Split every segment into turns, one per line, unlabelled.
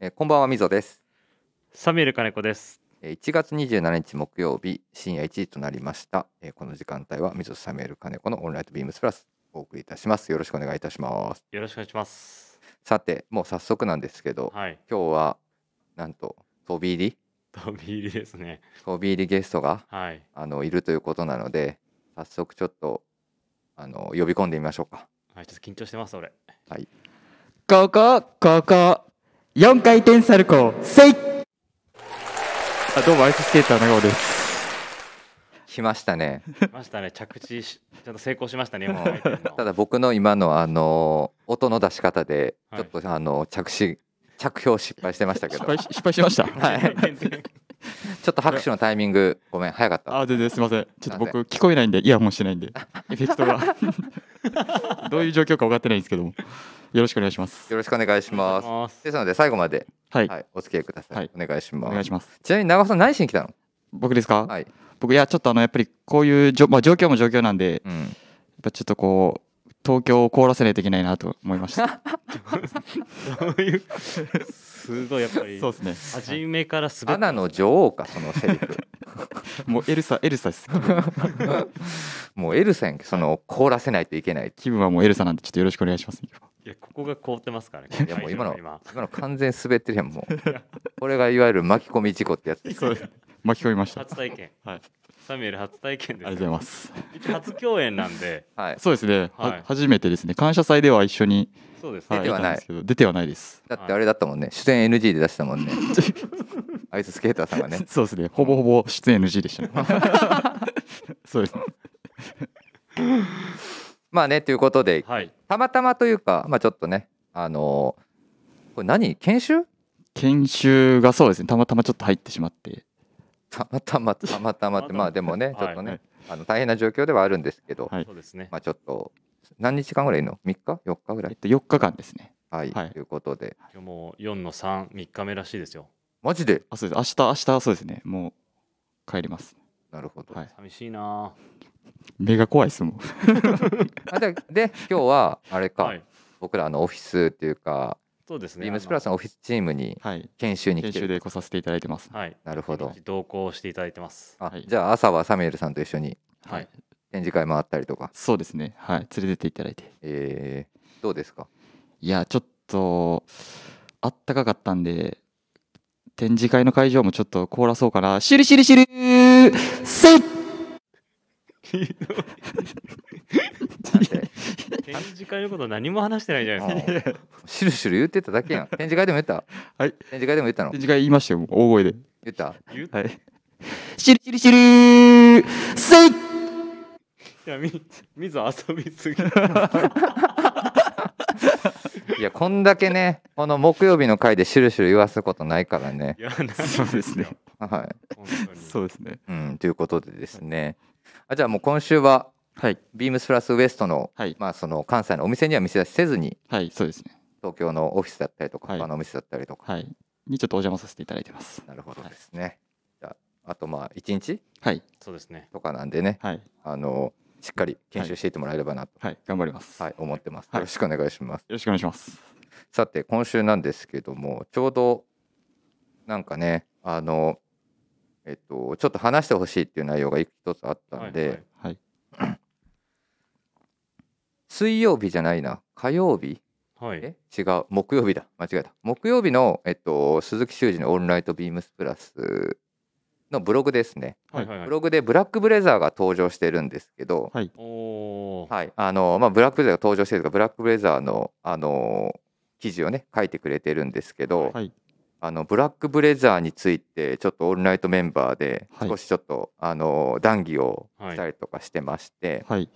えーこんばんはみぞです、
サミュエル金子です。
えー1月27日木曜日深夜1時となりました、えーこの時間帯はみぞサミュエル金子のオンライトビームスプラスお送りいたしますよろしくお願いいたします
よろしくお願いします。
さてもう早速なんですけど
はい。
今日はなんと飛び入り
飛び入りですね。
飛び入りゲストが
はい。
あのいるということなので早速ちょっとあの呼び込んでみましょうか
はい、ちょっと緊張してます、俺。
ここここ4回転サルコーせいあどうもアイススケーター長尾です
来ました ね
来ましたね。着地し、ちゃんと成功しましたね。今の回転の
ただ僕の今のあの音の出し方で
は
ちょ
い
っとあの着手着氷失敗してましたけ
失
ど、
敗し失敗しました
はい、ちょっと拍手のタイミングごめん早かった
あ全然すいませんちょっと
すい
僕聞こえないんでイヤホンしてないんでエフェクトが どういう状況か分かってないんですけどもよろしくお願いします
よろしくお願いします
ます。
ですので最後まで、
はい、
はい、お付き合いください、
はい
お願いし
お
ます
願いします
ちなみに長尾さん何しに来たの
僕ですか、
はい、
僕いやちょっとあのやっぱりこういうじょ、まあ、状況も状況なんでやっ
うん、
ぱちょっとこう東京を凍らせないといけないなと思いました
そういう。すごい、やっぱり。
そうですね
初めから滑
ア
った
ナの女王かそのセリフ
もうエルサエルサです
もうエルさんやんけその凍らせないといけない
気分はもうエルサなんでちょっとよろしくお願いします
いや、ここが凍ってますからね。
いやもう今の
会場が
今の完全滑ってるやんもう これがいわゆる巻き込み事故ってやつ
そうです巻き込みました。
初体験。
はい。
サミュエル初体験です
ありがとうございます。
す。初共演なんで。
はい
そうですね。
はい
は初めてですね。感謝祭では一緒に、
そうです
は
ね。
い、
出てはない
たんですけど出てはないです。
だってあれだったもんね出演 NG で出したもん ねアイススケーターさんがね
そうですね。ほぼほぼ出演 NG でした、ね。 そうですね。
まあねということで
はい。
たまたまというかまあちょっとねあのーこれ何研修
研修がそうですね。たまたまちょっと入ってしまって、
たまたまたまたまって
たまたま
まあでもねちょっと
は
ね
い
あの大変な状況ではあるんですけど
はい
そうですね。
まあちょっと何日間ぐらいいるの3日4日ぐら
え
い
っと4日間ですね。
はい
はい
ということで
今日もう四の三、三日目らしいですよ。
マジで
あ、そうです。明日明日そうですね。もう帰ります。
なるほど
はい。
寂しいな
目が怖いですもん。
あでで今日はあれ
ぁ。
か。僕らあのオフィスっていうか
そうですね。
ビームスプラスのオフィスチームに
はい。
研修に来
研
て
修
る
で来させていただいてます
あ。の。はい。
なるほど
同行していただい てます。
あ
はい
じゃあ朝はサミュエルさんと一緒に
はい。
展示会回ったりとか
そうですね。はい。連れてっていただいて。
えーどうですか
いやちょっとあったかかったんで展示会の会場もちょっと凍らそうかなシュルシュルシュルーせっ
だって
展示会のこと何も話してないじゃないですか。
ああシュルシュル言ってただけやん展示会でも言った
はい
展示会でも言ったの
展示会言いましたよもう大声で
言った
言っ
はいシュルシュルシュルーせい
いやみ水遊びすぎ。
いやこんだけねこの木曜日の回でシュルシュル言わすことないからね
いやないです
そ
よ
うですね。
は
本当に
そうですね
い、うん、ということでですねあじゃあもう今週は
はい
ビームスプラスウエストの,、
はい
まあその関西のお店には店出しせずに
はいそうですね
東京のオフィスだったりとか
はい
他のお店だったりとか、
はいにちょっとお邪魔させていただいてます
なるほどですねじゃああとまあ1日
はい
そうですね。
とかなんでね
はい
あのしっかり研修していってもらえればなと、
はい頑張ります、
はい
よ
思ってます、
はい
よろしくお願いします
ろしくお願いします
さて今週なんですけどもちょうどなんかねあのえっとちょっと話してほしいっていう内容が一つあったんで、
はいはい
はい
水曜日じゃないな火曜日
はい。
え違う木曜日だ間違えた木曜日の、えっと、鈴木修二の「オンライトビームスプラス」のブログですね、
はいはいはい
ブログでブラックブレザーが登場してるんですけど、
はい
おおー。
はいあのまあ、ブラックブレザーが登場してるとかブラックブレザーの、あの記事をね書いてくれてるんですけど、
はい
あのブラックブレザーについてちょっとオールナイトメンバーで
はい
少しちょっと、あの談義を
はい
したりとかしてまして、
はい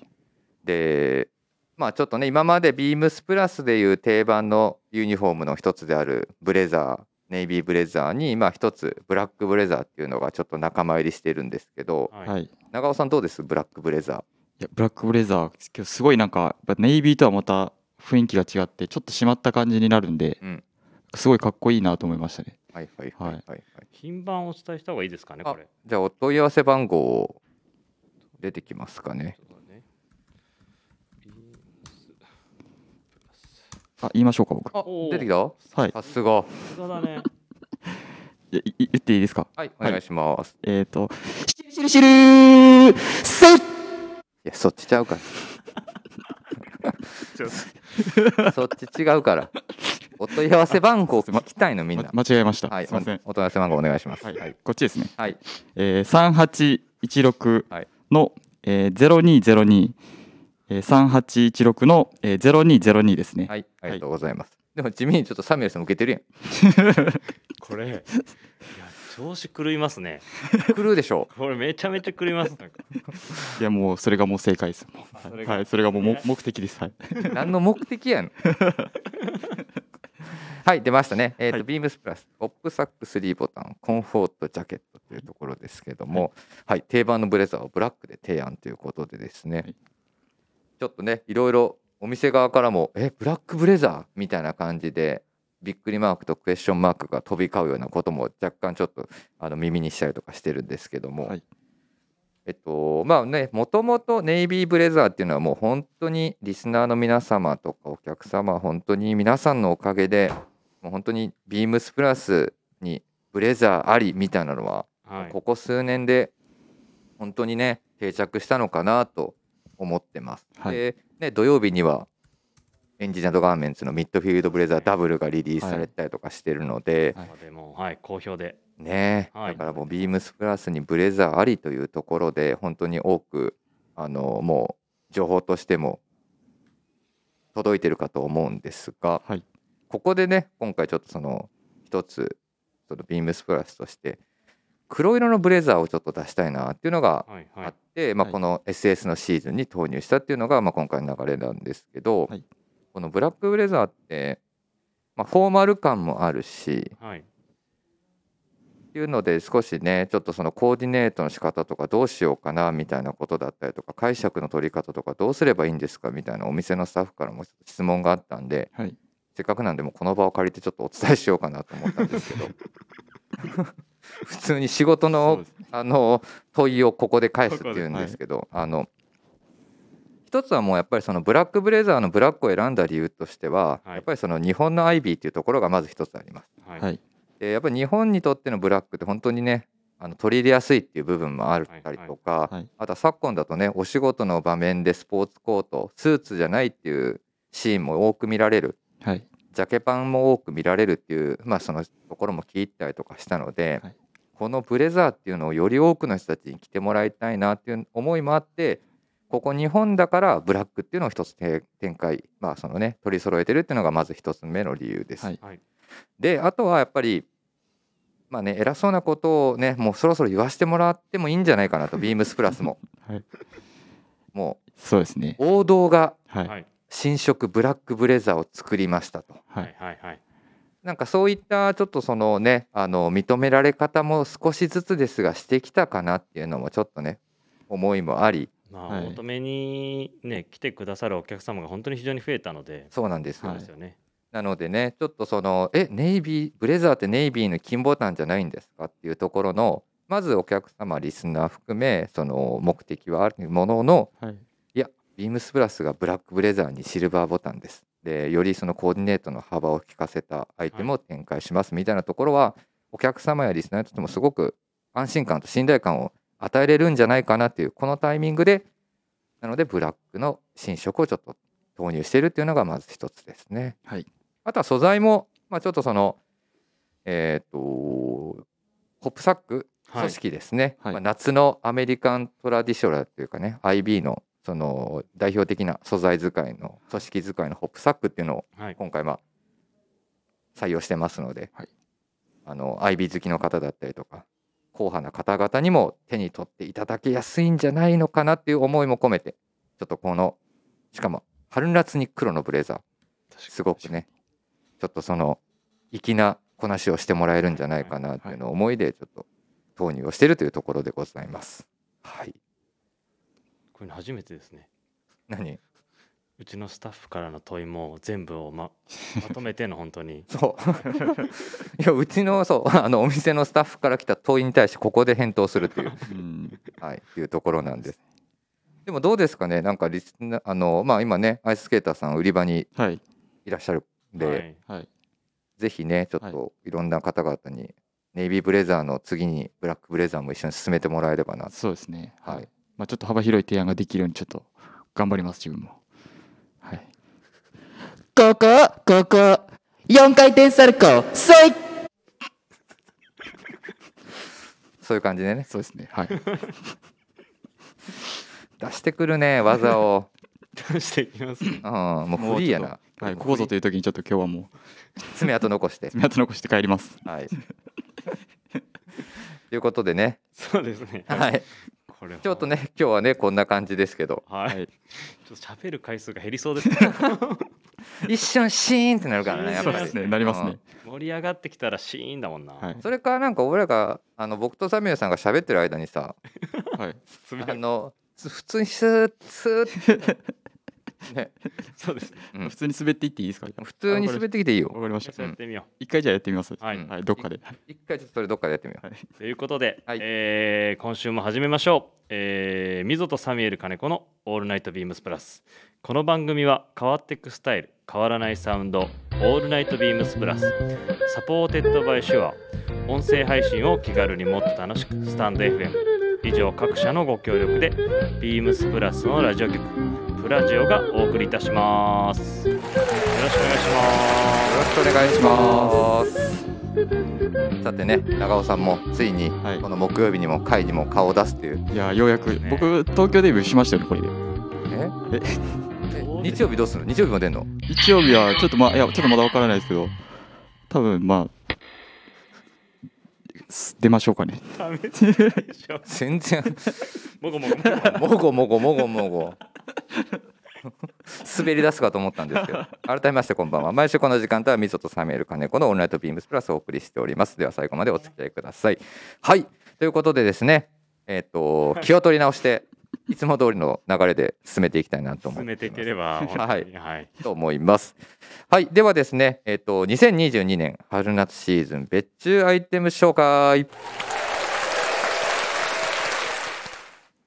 でまあちょっとね今までビームスプラスでいう定番のユニフォームの一つであるブレザーネイビーブレザーに今一つブラックブレザーっていうのがちょっと仲間入りしてるんですけど
は。
はいい
長尾さんどうですブラックブレザ
いやブラックブレザー今日すごいなんかやっぱネイビーとはまた雰囲気が違ってちょっと締まった感じになるんで、
うん
すごいかっこいいなと思いましたね
ーはいはいはいはい、はい、
品番をお伝えした方がいいですかね
あ
これ。
じゃあお問い合わせ番号を出てきますかね
ちょっと待ってね。ビームスプラス
あ言いましょうか僕
あ
おー
出てきた
はい
さすが
さすがだね。
いい言っていいですか
はいお願いします、
えっ、ー、と「シルシルシルーせっ!
い、やそっちちゃうか
ちょっ
ら そっち違うからお問い合わせ番号聞きたいのみん」な
ま間違えました、
はい
すいません、
おお問い合わせ番号お願いします
は
はいい、
こっちですね、
はい
えー、3816
はい
の、えー、0202えー、3816の、えー、0202ですね、
はいありがとうございます、でも地味にちょっとサミュエルさん受けてる
これいや調子狂いますね。
やん狂うでしょ
これめちゃめちゃ狂います。なんか
い、やもうそれがもう正解ですもう
それが
はい、それがもうも
ね
目的ですはい
何の目的やんはい出ましたね、えーと
はい
ビームスプラスポップサック3ボタンコンフォートジャケットというところですけども、はい、定番のブレザーをブラックで提案ということでですね、
はい
ちょっとねいろいろお店側からもえブラックブレザーみたいな感じでびっくりマークとクエスチョンマークが飛び交うようなことも若干ちょっとあの耳にしたりとかしてるんですけども、
はい
えっとまあねもともとネイビーブレザーっていうのはもう本当にリスナーの皆様とかお客様本当に皆さんのおかげでもう本当にビームスプラスにブレザーありみたいなのは
はい
こ。こ数年で本当にね定着したのかなと思ってます。
はい
で、ね、土曜日にはエンジニアドガーメンツのミッドフィールドブレザーダブルがリリースされたりとかしてるので、
はい
でもはい好評で。
ね、
はい
だからもうビームスプラスにブレザーありというところで本当に多くあのもう情報としても届いてるかと思うんですが、
はい
ここでね今回ちょっとその一つそのビームスプラスとして黒色のブレザーをちょっと出したいなっていうのが
はいは
あっ
い。
て、まあ、
はい
この SS のシーズンに投入したっていうのが、まあ、今回の流れなんですけど、
はい
このブラックブレザーって、まあ、フォーマル感もあるし、
はい。
っていうので少しねちょっとそのコーディネートの仕方とかどうしようかなみたいなことだったりとか解釈の取り方とかどうすればいいんですかみたいなお店のスタッフからもちょっと質問があったんで
はい
せっかくなんでもうこの場を借りてちょっとお伝えしようかなと思ったんですけど普通に仕事
そう
の
です
あの問いをここで返すっていうんですけど、あの一つはもうやっぱりそのブラックブレザーのブラックを選んだ理由としては、
はい
やっぱりその日本のアイビーっていうところがまず一つあります。
はい。
はい
でやっぱり日本にとってのブラックって本当にねあの取り入れやすいっていう部分もあったりとか、
いはい
あとは昨今だとねお仕事の場面でスポーツコートスーツじゃないっていうシーンも多く見られる
はい
ジャケパンも多く見られるっていう、まあ、そのところも聞いたりとかしたので、
はい
このブレザーっていうのをより多くの人たちに着てもらいたいなっていう思いもあってここ日本だからブラックっていうのを一つ展展開、まあそのね、取り揃えてるっていうのがまず一つ目の理由です。
はい
であとはやっぱりまあね偉そうなことをねもうそろそろ言わせてもらってもいいんじゃないかなとビームスプラスも
はい
も
そうですね
う王道が
はい
はい
新色ブラックブレザーを作りましたと
は
はいいはいはい。
なんかそういったちょっとそのねあの認められ方も少しずつですがしてきたかなっていうのもちょっとね思いもあり
まあ、
はい
求めにね来てくださるお客様が本当に非常に増えたので、
そうなんです、
そう
はい
ですよね。
なのでねちょっとそのえネイビーブレザーってネイビーの金ボタンじゃないんですかっていうところのまずお客様リスナー含めその目的はあるものの
はい
ビームスプラスがブラックブレザーにシルバーボタンですでよりそのコーディネートの幅を利かせたアイテムを展開しますみたいなところはお客様やリスナーにとってもすごく安心感と信頼感を与えれるんじゃないかなっていうこのタイミングでなのでブラックの新色をちょっと投入しているっていうのがまず一つですね。
はい
あとは素材も、まあ、ちょっとそのえっ、とホップサック
は
組
い。
織ですね、
はい
まあ、夏のアメリカントラディショナルというかね IB のその代表的な素材使いの組織使いのホップサックっていうのを
はい。
今回まあ採用してますので、
はい
あの IB 好きの方だったりとか硬派な方々にも手に取っていただきやすいんじゃないのかなっていう思いも込めてちょっとこのしかも春夏に黒のブレザーすごくねちょっとその粋なこなしをしてもらえるんじゃないかなっていうのを思いでちょっと投入をしてるというところでございます。はい、
これ初めてですね。
何
うちのスタッフからの問いも全部をままとめての本当に。
そう いやうちのそうあのお店のスタッフから来た問いに対してここで返答すると いう
うん
はい、っていうところなんです。でもどうですかね、なんかリスナあの、まあ、今ね、アイススケーターさん、売り場に
はい
いらっしゃるで、
はい
はい。
ぜひねちょっといろんな方々にネイビーブレザーの次にブラックブレザーも一緒に進めてもらえればな
そうですね。はい。
はい
まあちょっと幅広い提案ができるようにちょっと頑張ります自分も。はい。ここここ四回転サルコーそい。
そういう感じでね
そうですね。 はい。
出してくる ね技を、
出していきますね。
うん、もうフリーや
もうちょ
な
っとはい。ここぞという時にちょっと今日はもう
爪痕残 して
爪痕残して帰ります。
はいということでね
そうですね。
はい
これは
ちょっと。ね今日はねこんな感じですけど
はい。
はい
ちょっと喋る回数が減りそうですね。
一瞬シーンってなるからねやっ
そう
ぱ
で
り
すね。なりますね。
盛り上がってきたらシーンだもんな。
はい
それからなんか俺らがあの僕とサミュエルさんが喋ってる間にさ
はい。
つぶや
あ
く
のす普通にスーッスーッ ってね
そうです。
うん
普通に滑っていっていいですか。
普通に滑ってきていいよ
わかりまし
ちょったと。やってみよ
一回じゃあやってみます。
う。はい。
うん
はい。どっかで。はい
一回ちょっとそれどっかでやってみよう。
ということで、
はい
えー今週も始めましょう、えー、溝とサミュエル金子の「オールナイトビームスプラス」この番組は変わっていくスタイル変わらないサウンド「オールナイトビームスプラス」サポーテッドバイシュア音声配信を気軽にもっと楽しくスタンド FM 以上各社のご協力でビームスプラスのラジオ局プラジオがお送りいたしますよろしくお願いし
よ
ま
ろ
す
しくお願いします。さてね、長尾さんもついに
はい
この木曜日にも会にも顔を出すっていう。
いやようや
そう
く
ですね
僕東京デビューしましたよねこれで。
え
え
え
どうです
日曜日どうするの？日曜日も出んの？
日曜日はちょっとまあいやちょっとまだわからないですけど多分まあす出ましょうかね
ダメでしょ
全 然
もごもごもご
もごも
も
ごもごもご。 滑り出すかと思ったんですけど改めましてこんばんは毎週この時間帯はみぞとサミュエル金子のオンライトビームスプラスをお送りしておりますでは最後までお付き合いくださいはいということでですねえっ、と気を取り直していつも通りの流れで進めていきたいなと思います
進めていければ本当にはい
と思います。はい、ではですね、えっと2022年春夏シーズン別注アイテム紹介。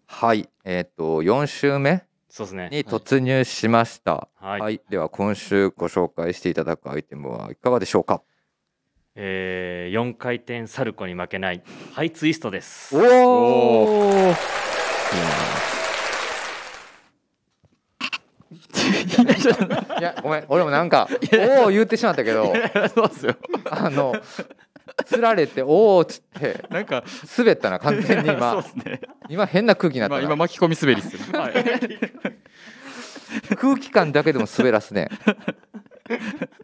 はい、えっと4週目
そうですね。
に突入しました。
は。
はいい、では今週ご紹介していただくアイテムはいかがでしょうか。
えー、4回転サルコに負けないハイツイストです。
おお、いやごめん、俺もなんかおお言ってしまったけど、
そうですよ
あのつられておおっつって
なんか
滑ったな完全に
そう
今
ですね
今変な空気になった
今
な
今巻き込み滑りっすよ ね
はい、
空気感だけでも滑らすね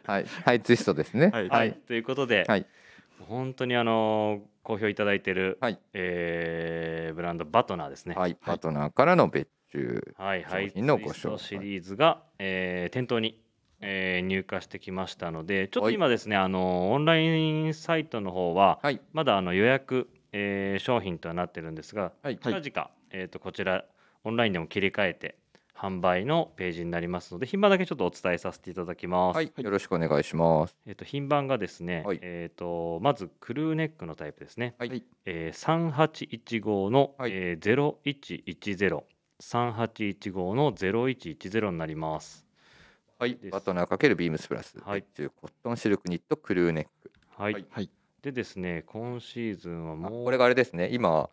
はいハイツイストですね
はい
はい、ということで、
はい
本当にあのー好評いただいてる、
はい
えーブランドバトナーですね。
はいパートナーからの別注
はい、ハイ
商
ツ
品のご
イス
紹
ト
介
シリーズが、えー店頭に、えー入荷してきましたので、ちょっ
は
と
い
今ですね、あのーオンラインサイトの方は、
はい
まだあの予約、えー商品とはなってるんですが、
はい
近々、えー、とこちらオンラインでも切り替えて販売のページになりますので品番だけちょっとお伝えさせていただきます、
はいよろしくお願いします
えー、と品番がですね、
はい
えー、とまずクルーネックのタイプですね、
はい
えー、3815の、
はい
えー、0110 3815の0110になります。
はい
です
パートナー×ビームスプラス
はい
別注コットンシルクニットクルーネック
はい、
はい
はい
でですね今シーズンは
あ
もう
これがあれですね今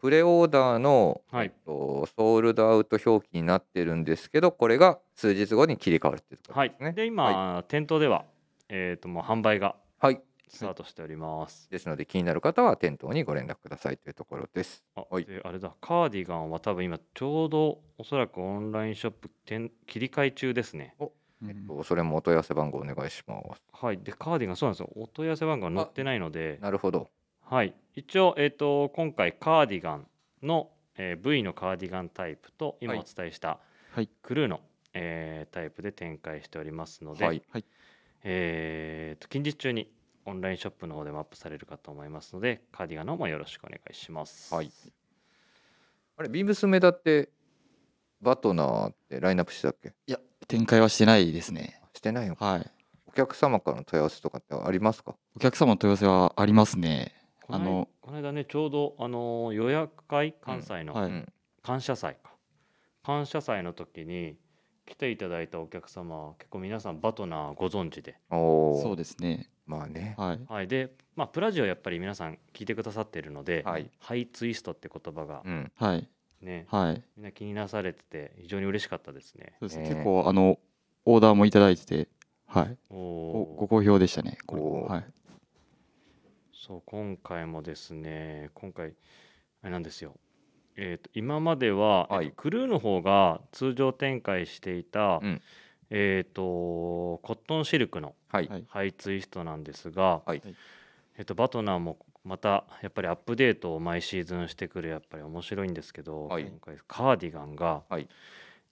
プレオーダーの、
はい
えっとソールドアウト表記になってるんですけどこれが数日後に切り替わるっていうところ
はい
ですね
で今、
は
店頭では、えー、ともう販売が
はい
スタートしております。
ですので気になる方は店頭にご連絡くださいというところです
あ、
はい
であれだカーディガンは多分今ちょうどおそらくオンラインショップ転切り替え中ですね
うん
えっとそれもお問い合わせ番号お願いします
はいでカーディガンそうなんですよお問い合わせ番号が載ってないので
なるほど
はい一応えっ、と今回カーディガンの、えー V のカーディガンタイプと今
はい
お伝えした
はい
クルーの、えータイプで展開しておりますので、
はい
えーと近日中にオンラインショップの方でもアップされるかと思いますのでカーディガンの方もよろしくお願いします
はいあれビームスメダってバトナーってラインナップしてたっけ
いや展開はしてないですね
してないのか
はい
お客様からの問い合わせとかってありますか
お客様の問い合わせはありますね
この間
あの
この間ねちょうどあの予約会関西の、
はい
うん
感謝祭か感謝祭の時に来ていただいたお客様結構皆さんバトナーご存知で、
お
そう
お
ですね。
まあね
はい。
はい、で、まあ、プラジオやっぱり皆さん聞いてくださってるので、
はい
ハイツイストって言葉が
うん
はい。
ね、
はい。
みんな気になされてて非常に嬉しかったですね。
そうですね
ね
結構、あの、オーダーもいただいてて、はい。
お
ごご
お
好評でしたね。これ
おー
はい。
そう今回もですね今回あれなんですよ、えー、と今までは、
はい
えっとクルーの方が通常展開していた、
うん
えっ、とコットンシルクの
はい
はい
ハイツイストなんですが、
はい
えっとバトナーもまたやっぱりアップデートを毎シーズンしてくるやっぱり面白いんですけど、
はい
今回カーディガンが、
はい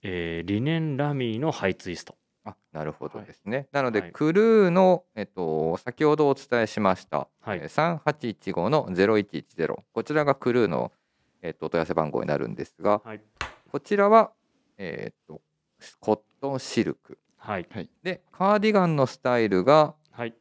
えーリネン・ラミーのハイツイスト
あなるほどですね、なの
は
で
い
クルーの、えっと、先ほどお伝えしました、
はい
えー3815の0110こちらがクルーの、えっと、お問い合わせ番号になるんですが
はい
こちらは、えっとコットンシルク
はい
でカーディガンのスタイルが
はい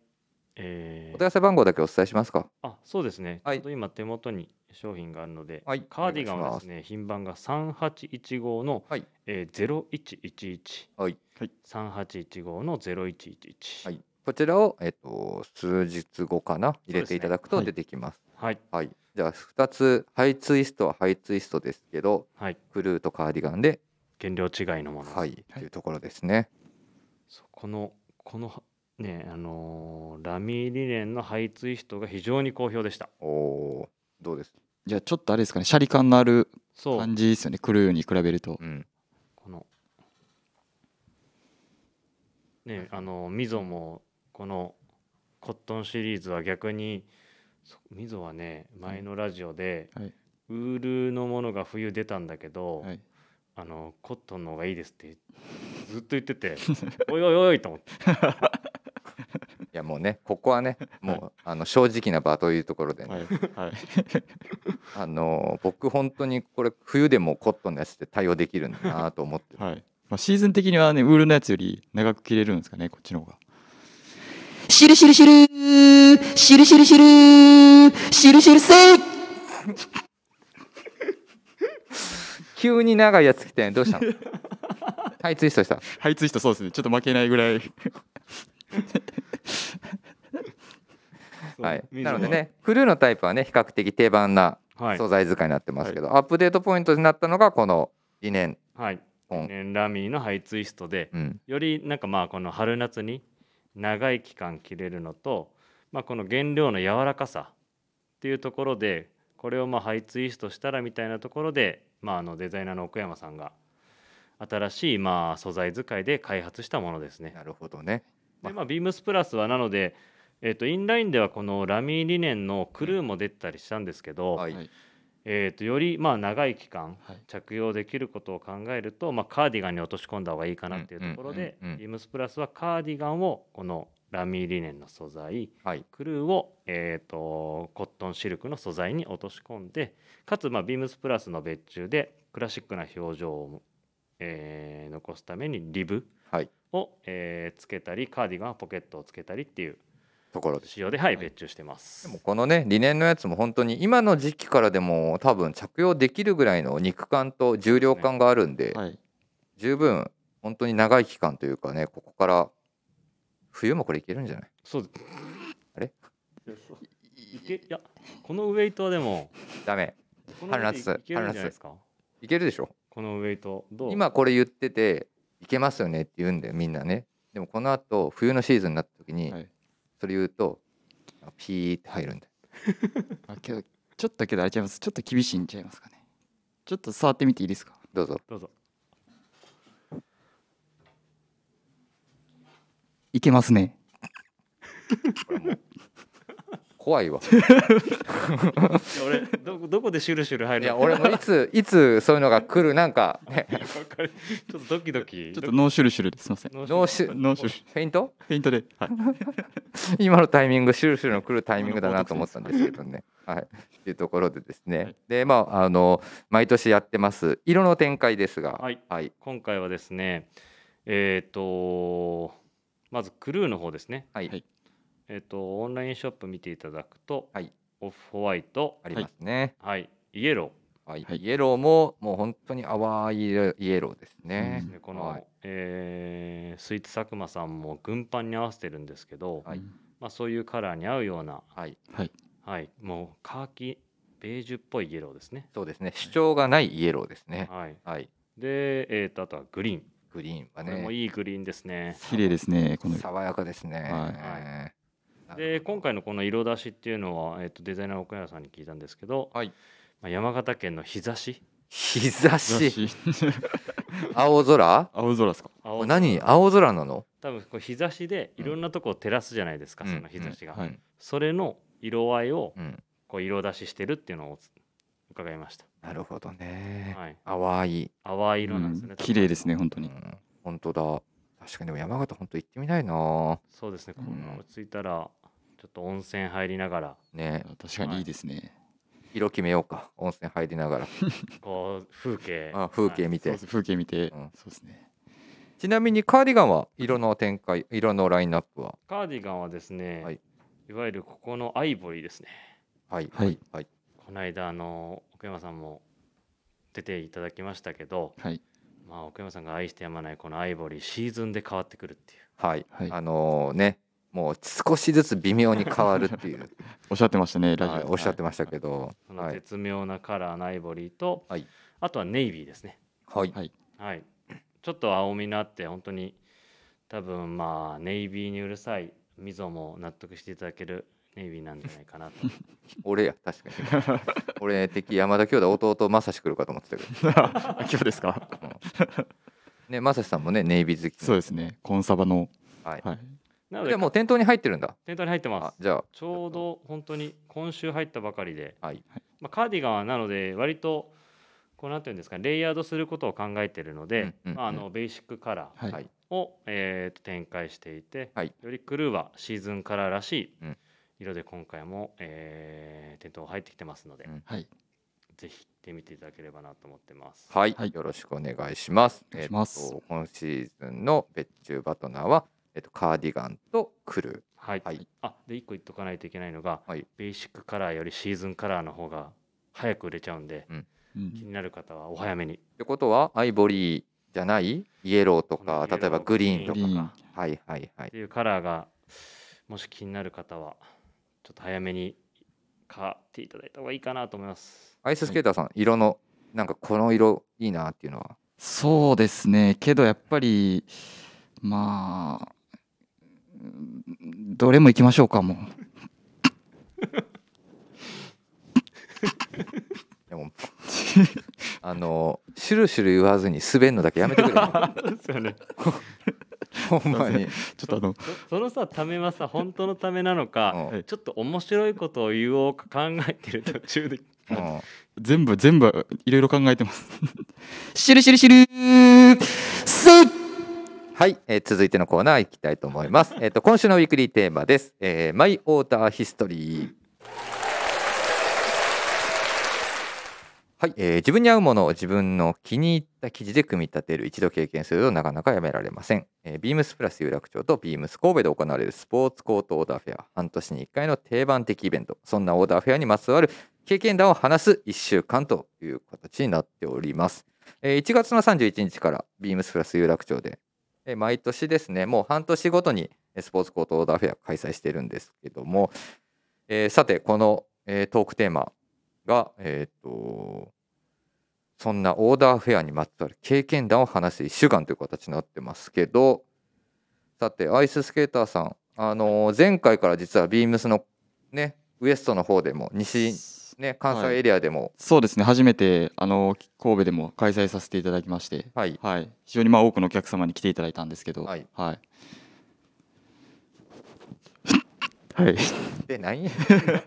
え
お
ー
問い合わせ番号だけお伝えしますか
あそうですね、
はい
ちょうど今手元に商品があるので、
はい
カーディガンはですね品番が3815の、
はい
えー、0111、
はい
はい
3815の0111、
はいこちらを、えっと、数日後かな入れていただく
そ
と
うですね
出てきます
はい
はい、じゃあ2つハイツイストはハイツイストですけど
はい
クルーとカーディガンで
原料違いのもの、
はいっていうところですね
そうこのこのねあのーラミー理念のハイツイストが非常に好評でした
おおーどうです
じゃあ、ちょっとあれですかね、シャリ感のある
そう
感じですよね、クルーに比べると
う。ん
このねあのミゾもこのコットンシリーズは逆にそミゾはね前のラジオで、
はい
ウールのものが冬出たんだけど、
はい。
あのコットンの方がいいですってずっと言ってておいおいおいと思って
いやもうねここはねもうあの正直な場というところでね、
はい。はい。
あのー僕本当にこれ冬でもコットンのやつで対応できるんだなと思って
はいまあ、シーズン的にはねウールのやつより長く着れるんですかねこっちの方が。しるしるしるーしるしるしるーしるしるせい
急に長いやつ来てどうしたのハイツイストした
ハイツイストそうですねちょっと負けないぐらい
はい
水
な
野は
のでねクルーのタイプはね比較的定番な
はい
素材使いになってますけど、アップデートポイントになったのがこのリネン
はい、
ポン、
ねラミーのハイツイストで、
うん、
よりなんかまあこの春夏に長い期間着れるのと、まあ、この原料の柔らかさっていうところでこれをまあハイツイストしたらみたいなところで、まあ、あのデザイナーの奥山さんが新しいまあ素材使いで開発したものですね。
なるほどね
でまあビームスプラスはなので、えっとインラインではこのラミー理念のクルーも出てたりしたんですけど、
はい、
はい
えっとよりまあ長い期間
はい
着用できることを考えると、まあ、カーディガンに落とし込んだ方がいいかなっていうところで、
うんうんうんうん
ビームスプラスはカーディガンをこのラミーリネンの素材
はい、
クルーを、えー、とコットンシルクの素材に落とし込んでかつ、まあ、ビームスプラスの別注でクラシックな表情を、えー残すためにリブ
はい
を、えーつけたりカーディガンはポケットをつけたりっていう
ところです
仕様で、はい
はい
別注してます。
でもこのねリネンのやつも本当に今の時期からでも多分着用できるぐらいの肉感と重量感があるんで、
はい
十分本当に長い期間というかねここから冬もこれいけるんじゃない
そう
あれ
いやそういけいやこのウェイトはでも
ダメ
このウェイトい
春夏
けるんじゃないですか
いけるでしょ
このウェイトどう
今これ言ってていけますよねって言うんだよみんなねでもこのあと冬のシーズンになった時に
はい
それ言うとあピーって入るんだよ
あけどちょっとけどあれちゃいますちょっと厳しいんちゃいますかねちょっと触ってみていいですか
どうぞ
どうぞ
いけますね
怖いわ
いや俺どこどこでシュルシュル入
い
るの
や俺もいついつそういうのが来るなんか ね
わかるちょっとドキドキ
ちょっとノーシュルシュルですいません
ノ
ノーシュ
ノーシュルシュル
フェイント
フェイントではい
今のタイミングシュルシュルの来るタイミングだなと思ったんですけどね。はい、っていうところでですね、
はい
でまああの毎年やってます色の展開ですが、
はい
はい
今回はですねえっ、とまずクルーの方ですね
はい
はい
えっ、とオンラインショップ見ていただくと、
はい
オフホワイト
ありますね。
はいイエロー
あイ
はい
エローももう本当に淡いイエローですね。
でこの、
はい
えースイーツ佐久間さんも軍パンに合わせてるんですけど、
はい
まあ、そういうカラーに合うような、
はい、
はい。
はい、もうカーキベージュっぽいイエローですね。
そうですね主張がないイエローですね。
はい、
はい、
で、えー、とあとはグリーン。
グリーンは
これも
ね
いいグリーンですね。
綺麗ですね、この色。
爽やかですね。
は
なるほど
で今回のこの色出しっていうのは、えー、とデザイナーの奥原さんに聞いたんですけど、
はい
まあ、山形県の日差し
日差し
よし
青空
青空ですか。
青空
何青空なの
多分こう日差しでいろんなとこを照らすじゃないですか、
うん
その日差しが、
はい。
それの色合いを
うん
こう色出ししてるっていうのをおつ伺いました、
なるほどね。
はい、
淡い。
淡い色なんです
う
ね
ん綺麗ですね、本
う
当に。
ん、本当だ。確かにでも山形本当行ってみたいな。
そうですねこ
うん
んな落ち着いたらちょっと温泉入りながら
ね
確かにいいですね。
色決めようか温泉入りなが ら。
こう風景
あ風景
はい
見
そ
て
うです風景見て、
うん
そうですね。
ちなみにカーディガンは色の展開色のラインナップは
カーディガンはですね、
はいい、
わゆるここのアイボリーですね
はい
はい
はい
この間あの奥山さんも出ていただきましたけど、
はい。
まあ、奥山さんが愛してやまないこのアイボリーシーズンで変わってくるっていう
はい、
はい
あのねもう少しずつ微妙に変わるっていう、
おっしゃってましたね、 ラジオ
はい
で。
おっしゃってましたけど
その
はい、
絶妙なカラーのアイボリーと、
はい
あとはネイビーですね
はい
はい。
はい、ちょっと青みのあって本当に多分まあネイビーにうるさい溝も納得していただけるネイビーなんじゃないか なと
俺や確かに 俺的山田兄弟弟正志来るかと思ってたけど、
今日ですか。
ね、正志さんもねネイビー好き
そうですね。コンサバの。
はい
はい。
こ
なの
れ
で
はもう店頭に入ってるんだ
店頭に入ってま
あ
す
じゃあ
ちょうど本当に今週入ったばかりで、
はい
まあ、カーディガンはなので割とこうなんていうんですかレイヤードすることを考えているので、
うんうんうん
まあ、あのベーシックカラー
はい。
は
はいい。
を、えーと展開していて、
はい
よりクルーはシーズンカラーらしい
うん
色で今回も、えー店頭入ってきてますので、
うん
はい。
ぜひ行ってみていただければなと思ってます。
はい、
はい
よろしくお願いします。
お願いします
えっと今シーズンの別注バトナーは、えっと、カーディガンとクル
はい、
はい
あで1個言っとかないといけないのが、
はい
ベーシックカラーよりシーズンカラーの方が早く売れちゃうんで、
う
気
ん
になる方はお早めに。
ー。ってことはアイボリーじゃないイエローと
この
か
イエロー
例えばグリーンと
グ
か
リーン。
はいはいはい
っていうカラーがもし気になる方はちょっと早めに買っていただいた方がいいかなと思います。
アイススケーターさん、色のなんかこの色いいなっていうのは
そうですね。けどやっぱりまあうんどれも行きましょうかもう。
でもあのシュルシュル言わずに滑るのだけやめ てくれよ
ですよね。
ほんまに、
ちょっとあの
そ そのさためはさ本当のためなのか、
うん
ちょっと面白いことを言おうか考えてる途 中で
うん
全部全部いろいろ考え てます。シュルシュルシュルスイ
はい、えー続いてのコーナー行きたいと思います。えっ、と今週のウィークリーテーマです。えーマイオーダーヒストリー。はい、えー自分に合うものを自分の気に入った記事で組み立てる一度経験するとなかなかやめられません、えービームスプラス有楽町とビームス神戸で行われるスポーツコートオーダーフェア半年に1回の定番的イベントそんなオーダーフェアにまつわる経験談を話す1週間という形になっております、えー1月の31日からビームスプラス有楽町でえー毎年ですねもう半年ごとにえースポーツコートオーダーフェア開催してるんですけども、えーさてこの、えートークテーマがえーっとそんなオーダーフェアにまつわる経験談を話す1週間という形になってますけどさてアイススケーターさんあのー前回から実はビームスのねウエストの方でも西ね関西エリアでも
そうですね。初めてあの神戸でも開催させていただきまして、
はい、
はい、非常にまあ多くのお客様に来ていただいたんですけど、
はい、
はい、 はい、
で何
何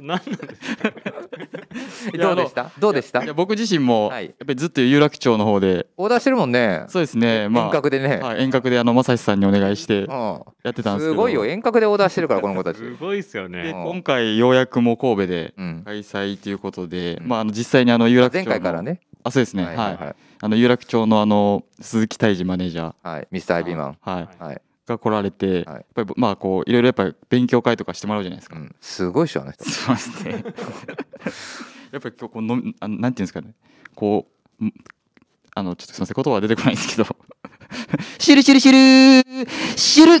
なんです
どうでしたどうでした
いや僕自身も、
はい
やっぱりずっと有楽町の方で
オーダーしてるもんね
そうですねまあ
遠隔でね、
はい、遠隔であの正志さんにお願いして
うん
やってたんですけど
すごいよ遠隔でオーダーしてるからこの子た
か
ち
すごいですよ
で
ね。
うん
今回ようやくもう神戸で
うん
開催ということで、
うん
まああの実際にあの有楽町
前
の
回からね
あそうですねはい、
はい
あの有楽町のあの鈴木泰治マネージャー
はいミスターアイビーマン
は
は
い、
い
はい、
が来られて、
はい
やっぱりまあこういろいろやっぱり勉強会とかしてもらうじゃないです
う
か、
ん、すごいっしょあの人
そうですね やっぱり今日こうのみあのなんていうんですかねこうんあのちょっとすみません言葉は出てこないんですけど シュルシュルシュルーシュル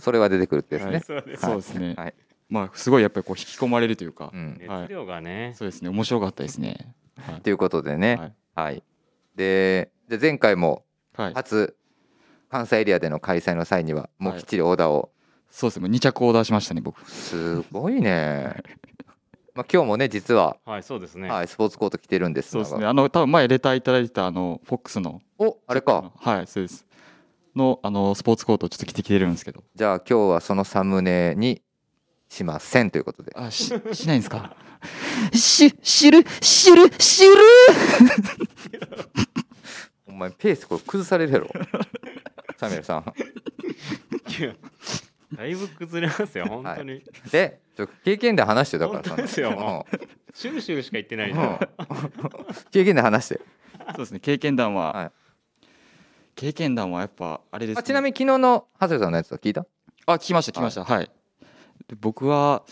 それは出てくるってですね、
はい
そうです
そうですね、
はい
まあすごいやっぱりこう引き込まれるというか、
うん、
はい
熱量がね、
そうですね面白かったですねは
ということでね、
い
は
はいい、
でじゃあ前回も
はい
初関西エリアでの開催の際にはもう
はい
きっちりオーダーを、
そうですねもう2着オーダーしましたね僕
すごいね まあ今日もね実は、
はい、そうですね。
はい、スポーツコート着てるんです
そう
が
ですねあの多分前レターいただいたあのフォックスの
おあれか
はいそうですのあのスポーツコートをちょっと着てきてるんですけど
じゃあ今日はそのサムネにしませんということで
あししないんですか し知る知る知る
お前ペースこれ崩され るやろサミュエルさん
いやだいぶ崩れますよ、本当に。
でちょ経験で話してよだから
本当ですよ
そんな
もシュルシュルしか言ってないじ
う
ゃん
ん経験で話して、
そうですね経験談は、
はい
経験談はやっぱあれです、ね、
あちなみに昨日の長谷さんのやつは聞いた
あ聞きました聞きましたはい、で僕は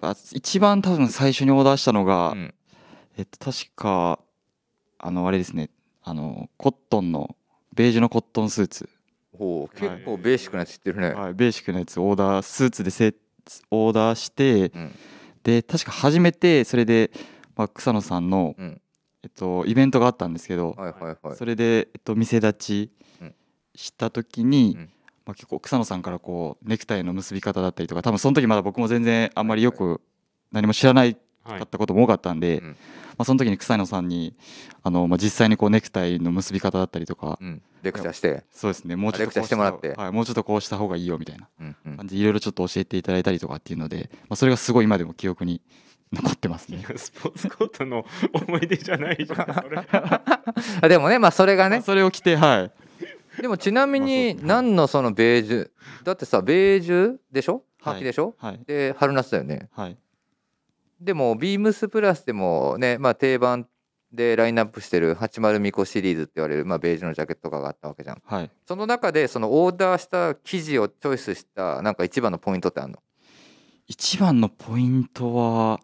やっぱ一番多分最初にオーダーしたのが、
うん
えっと確かあのあれですねあのコットンのベージュのコットンスーツ、
おー結構ベーシックなやつ言ってるね、
はい、ベーシックなやつオーダースーツでせオーダーして
うん
で確か初めてそれで、まあ、草野さんの、
うん
えっと、イベントがあったんですけど、
はいはいはい
それで、えっと、店立ち
うん
した時に、
うん
まあ、結構草野さんからこうネクタイの結び方だったりとか多分その時まだ僕も全然あんまりよく何も知らない
は
か
い
ったことも多かったんで、
うん
まあ、その時に草野さんにあの、まあ、実際にこうネクタイの結び方だったりとか、
うん、レクチャーして、
そうですねもうちょっと
レクチャ
こ
ー
う
してもらって
はい、もうちょっとこうした方がいいよみたいな
うんうん
感じでいろいろちょっと教えていただいたりとかっていうので、まあ、それがすごい今でも記憶に残ってますね。
スポーツコートの思い出じゃないじゃん、それ。
あでもねまあそれがね
それを着てはい
でもちなみに
まあそうですね
何のそのベージュだってさベージュでしょ
はい
秋でしょ、
はい
で春夏だよね
はい
でもビームスプラスでもね、まあ、定番でラインナップしてる80巫女シリーズって言われる、まあ、ベージュのジャケットとかがあったわけじゃん
はい
その中でそのオーダーした生地をチョイスしたなんか一番のポイントってあるの
一番のポイントは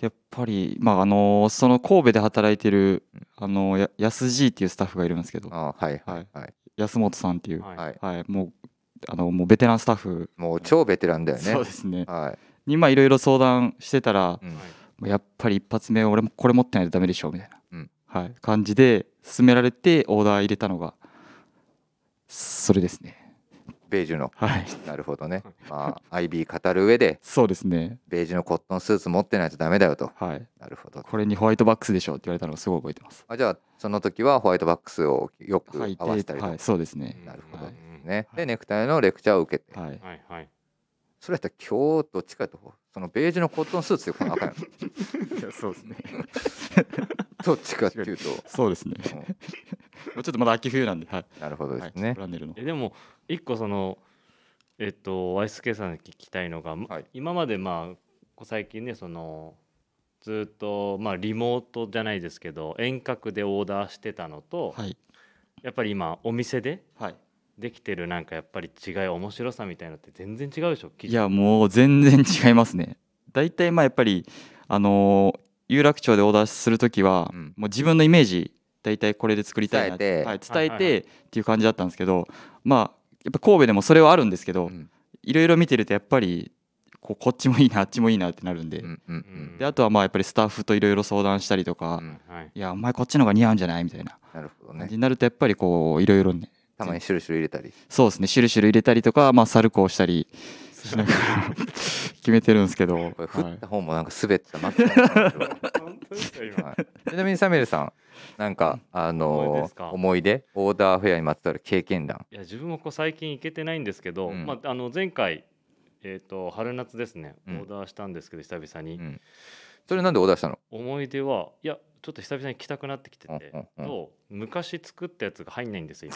やっぱりまああのその神戸で働いてるあのや安じっていうスタッフがいるんですけど
あーはい
はい
はい
安本さんっていうは
はい
はい
い、もうあのもうベテランスタッフ、
もう超ベテランだよね
そうですね
は
にまあいろいろ相談してたら
い、う、ん
やっぱり一発目俺もこれ持ってないとダメでしょみたいな、
うん
はい、感じで勧められてオーダー入れたのがそれですね
ベージュの
はい
なるほどねまあ IB 語る上で
そうですね
ベージュのコットンスーツ持ってないとダメだよと
はい
なるほど
これにホワイトバックスでしょって言われたのをすごい覚えてます
あじゃあその時はホワイトバックスをよく
はい
合わせたりとか
はい、そうですね、
なるほど
うん
ね、
はい
でネクタイのレクチャーを受けて、
はい、
はいはい。
それやったら今日どっちかとそのベージュのコットンスーツでこの赤いの
そうですね
どっちかっていうと、
そうですねも
う
うちょっとまだ秋冬なんではい
んなるほどです
は
ね
い、、ランネルの
えでも一個そのえっと YSK さんに聞きたいのが、ま
はい
今までまあこう最近ねそのずっとまあリモートじゃないですけど遠隔でオーダーしてたのと、
はい
やっぱり今お店で
はい
できてるなんかやっぱり違い面白さみたいのって全然違うでしょ
いやもう全然違いますね大体まあやっぱりあのー有楽町でオーダーする時は、
うん
もう自分のイメージ大体これで作りたいな
伝えて
はい、伝え
はいはいは
てっていう感じだったんですけどまあやっぱ神戸でもそれはあるんですけ
う
ど
ん
いろいろ見てるとやっぱりこうこっちもいいなあっちもいいなってなるんで,、
うんうんうん
であとはまあやっぱりスタッフといろいろ相談したりとか、
うん
はい、
いやお前こっちの方が似合うんじゃないみたいな
なるほど
感じ
ね
になるとやっぱりこういろいろね
たまにシュルシュル入れたり
そうですねシュルシュル入れたりとかまあサルコーしたりしなが ら決めてるんですけど、はい
これ振った方もなんか滑ってたまっちゃったんですけど
本当ですよ 今
はいちなみにサミュエルさんなんかあ
思い出
の
ですか
思い出オーダーフェアにまつわる経験談
いや自分もこう最近行けてないんですけど、
うん
まあ、あの前回、えー、と春夏ですねオ
うん
ーダーしたんですけど、久々に、
うんそれなんでオーダーしたの
思い出はいやちょっと久々に着たくなってきて
うん
て
うんうん
と昔作ったやつが入んないんですよ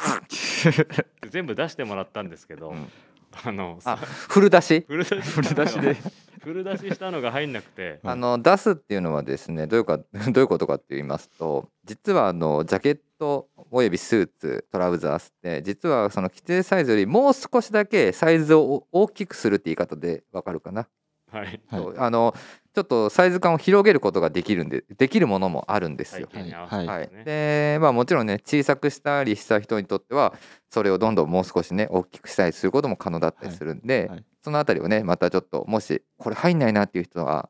今全部出してもらったんですけど、
うん
あの
あ
さ
フル出し
フル出し
フル出し で
フル出ししたのが入んなくて
はい
あの出すっていうのはですねどういうか どういうことかって言いますと実はあのジャケットおよびスーツトラウザースって実はその規定サイズよりもう少しだけサイズを大きくするって言い方でわかるかな、
はい
はい
そうあのちょっとサイズ感を広げることができるんでできるものもあるんですよ。
体型に合わせてね
はい、でまあもちろんね小さくしたりした人にとってはそれをどんどんもう少しね大きくしたりすることも可能だったりするんで、
はいはい
そのあたりをねまたちょっともしこれ入んないなっていう人は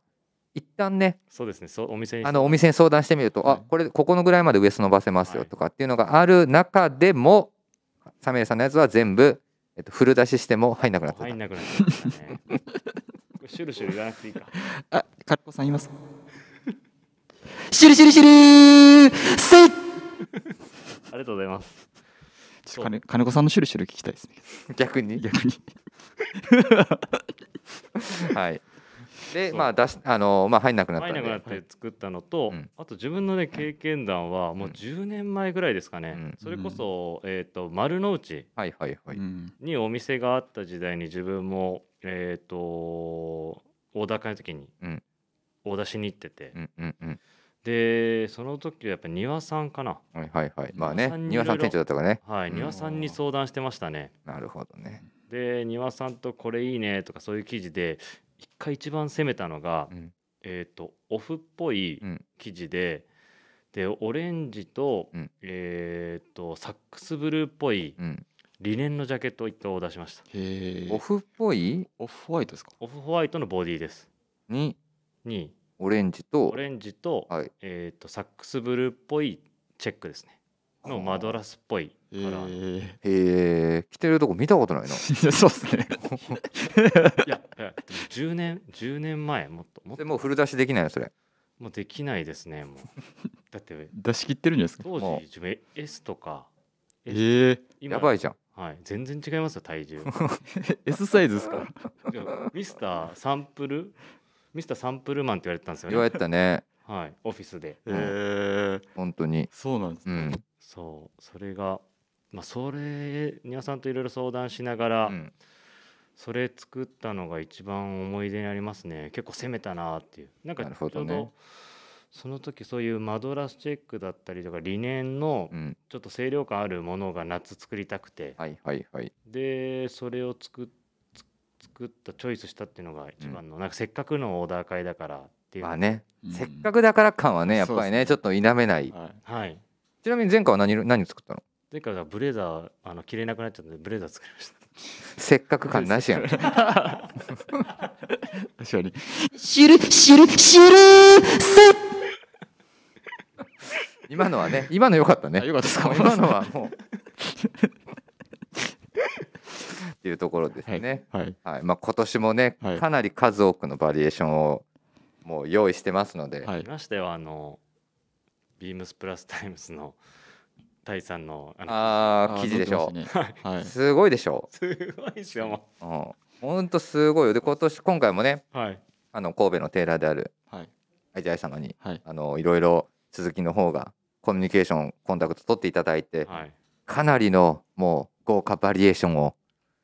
一旦ね
そうですねそうお店に
あのお店に相談してみると、
はい
あこれここのぐらいまでウエスト伸ばせますよとかっていうのがある中でもサメルさんのやつは全部、えっと、フル出ししても入んなくなってた
入んなくなっちゃいましたねこれシュルシュル言わなくて いいか
あ、カルコさんいます。シュルシュルシュルーせいちょ
ありがとうございます
っと金金子さんのシュルシュル聞きたいですね。
逆に
逆に。
はいで
そう
まあ出しあのまあ入んなくなった
入
ん
ん
で
なくなって作ったのと、
うん
あと自分のね経験談はもう10年前ぐらいですかね、
うん
それこそ、えっ、と丸の内
はいはいはい、
うん
にお店があった時代に自分もえっ、とオーダー会の時に、
うん
オーダーしに行ってて、
うんうんうん
でその時はやっぱ庭さんかな
はいはいはいまあ
庭
ね
さんにいろ
庭さ
いろ
ん店長だったからね
はい
うん
庭さんに相談してましたね、
なるほどね
で庭さんとこれいいねとかそういう記事で一回一番攻めたのが、
うん
えっ、とオフっぽい
うん
記事で、でオレンジと、
うん
えっ、とサックスブルーっぽい
うん
リネンのジャケットを一回オーダーしました
へ
オ
え。
フっぽい
オフホワイトですか。
オフホワイトのボディです
に
に
オレンジと
オレンジと,、
はい
えー、とサックスブルーっぽいチェックですねのマドラスっぽいカ
へ
ラー、
へ
え。
え着てるとこ見たことないな
そうですね。
いやいやでも10年10年前もっともっ
で
と
もうフル出しできないのそれ
もうできないです ねもうだって
出し切ってるんじゃないですか。
当
もう
時自分 S とか
へえ。
今
やばいじゃん
はい、全然違いますよ体重
S サイズですか。
いやミスターサンプルミスターサンプルマンって言われてたんですよ
言わ
ね
れてたね
はいオフィスで
うん
へえ。
本当に
そうなんです
う
ね。
ん
そうそれがまあそれ丹羽さんといろいろ相談しながら、
うん
それ作ったのが一番思い出にありますね結構攻めたなっていうなんか
なる
ちょ
ほ
う
ど
ど
ね
その時そういうマドラスチェックだったりとかリネンの
うん
ちょっと清涼感あるものが夏作りたくて、
はいはいはい
でそれを作っつ作ったチョイスしたっていうのが一番の、なんかせっかくのオーダー会だからっていう、
まあねせっか
く。
くだから感はねやっ
そ
ぱ
うで
り
すね
ねちょっと否めない
はい。
はい
ちなみに前回は何色何作ったの
前回はブレザーあの着れなくなっちゃったんでブレザー作りました
せっかく感な しやん
確かに。
シュルシュルシュルーせい
今のはね今の良かったね
あよかったですか。
今の。はもうっていうところです
はい。
ね、
はい。
はいまあ、今年もね、
はい
かなり数多くのバリエーションをもう用意してますので、
は
あ
い
り。ましたよあのビームスプラスタイムスのタイさんのあの
ああ記事でしょ
あー載ってましたねはい。
すごいでしょ
すごいですよも
う、うん、ほんとすごいよで今年今回もね
うはい
あの神戸のテーラーである
はい。
アイジアイ様に
はい。
あのいろいろ鈴木の方がコミュニケーションコンタクト取っていただいて
はい
かなりのもう豪華バリエーションを、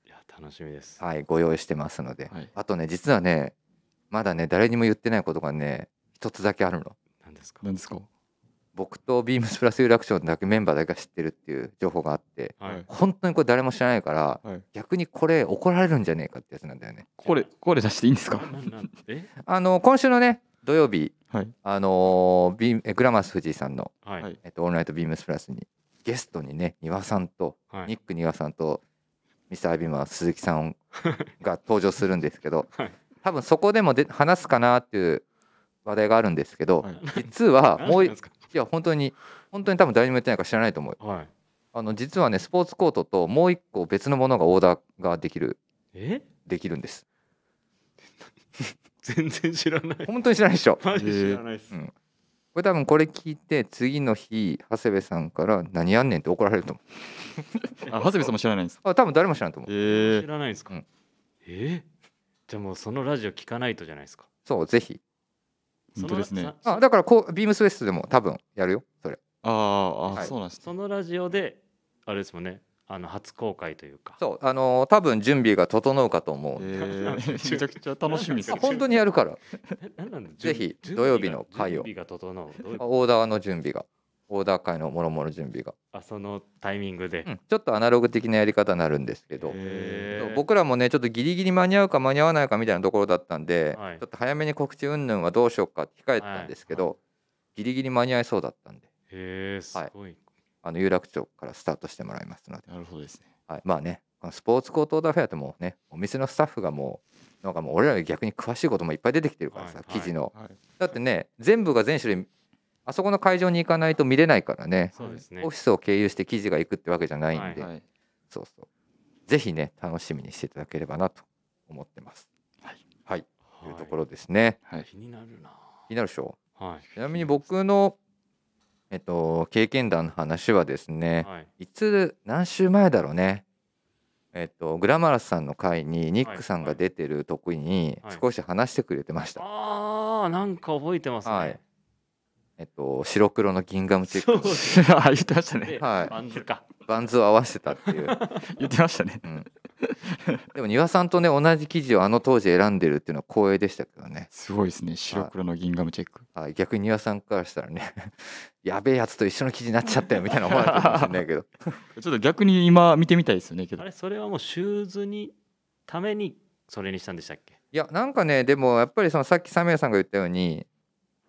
いや楽しみです
はい、ご用意してますので、
はい
あとね実はねまだね誰にも言ってないことがね一つだけあるの
何ですか
何ですか。
僕とビームスプラス有楽町だけメンバーだけが知ってるっていう情報があって
はい
本当にこれ誰も知らないから
はい。
逆にこれ怒られるんじゃねえかってやつなんだよね
これ、これ出していいんですか。
なんなんえ
あの今週のね土曜日
はい。
あのービームえグラマス藤井さんの、
はい
はい
えっと、オンライトビームスプラスにゲストにね庭さんと
はい
ニック・ニワさんとミスター・アビマン鈴木さん が登場するんですけど、
はい
多分そこでもで話すかなっていう話題があるんですけど、
はい
実 は
何
もう
なん
い
ですか
いや本当に本当に多分誰にも言ってないから知らないと思う
はい
あの実はねスポーツコートともう一個別のものがオーダーができる
え
できるんです
全然 知らない
本当に知らないでしょこ
マジ知らないです
えーれ多分これ聞いて次の日長谷部さんから「何やんねん」って怒られると思
あ、長谷部さんも知らないんですか。
うあ多分誰も知らないと思う
え
知らないんですか、
うん
えじゃあもうそのラジオ聞かないとじゃないですか
そうぜひ
その
本当ですね
さ
あだからこうビームスウエストでも多分やるよそれ
あーあ
は
ー、
い
そうなんですね。
そのラジオであれですもんねあの初公開というか
そうあのー多分準備が整うかと思う、
ええ、めちゃくちゃ楽しみです
あ
ね。
本当にやるから
えなんなんだ
ぜひ
準備
土曜日の回を
準備が整うどういうこ
オーダーの準備がオーダー会のもろもろ準備が、
あそのタイミングで、
うんちょっとアナログ的なやり方になるんですけど、
へー
僕らもねちょっとギリギリ間に合うか間に合わないかみたいなところだったんで、
はい
ちょっと早めに告知云々はどうしようかって控えてたんですけど、
は
ギリギリ間に合いそうだったんで
へえすごい、
あの有楽町からスタートしてもらいますので、
なるほどですね。
はい、まあねこのスポーツコートオーダーフェアってもうねお店のスタッフがもうなんかもう俺らより逆に詳しいこともいっぱい出てきてるからさ、
はい
記事の、
はい。
だってね全部が全種類あそこの会場に行かないと見れないからね
そうですね
オフィスを経由して記事が行くってわけじゃないんで、
は
はい。
そうそうぜひね楽しみにしていただければなと思ってます
はい、
はい、という
はい
ところですね
はい。
気になるな
気になるでしょ
は
ちなみに僕のえっと経験談の話はです
い
ね、
はい
いつ何週前だろうねえっとグラマラスさんの回にニックさんが出てる時に
はい
少し話してくれてました、
あーなんか覚えてますね、
はいえっと白黒のギンガムチェック
そ
の
うです
あ、言ってました
ね、
ね。
はい
バンズか
バンズを合わせてた っていう
言ってましたね。
うんでも丹羽さんとね同じ記事をあの当時選んでるっていうのは光栄でしたけどね、
すごいですね。白黒のギンガムチェック。
はい、逆に丹羽さんからしたらね やべえやつと一緒の記事になっちゃったよみたいな思われてるかもしれないけど
ちょっと逆に今見てみたいですよね。けど
あ。れそれはもうシューズにためにそれにしたんでしたっけ
いやなんかねでもやっぱりそのさっきサメヤさんが言ったように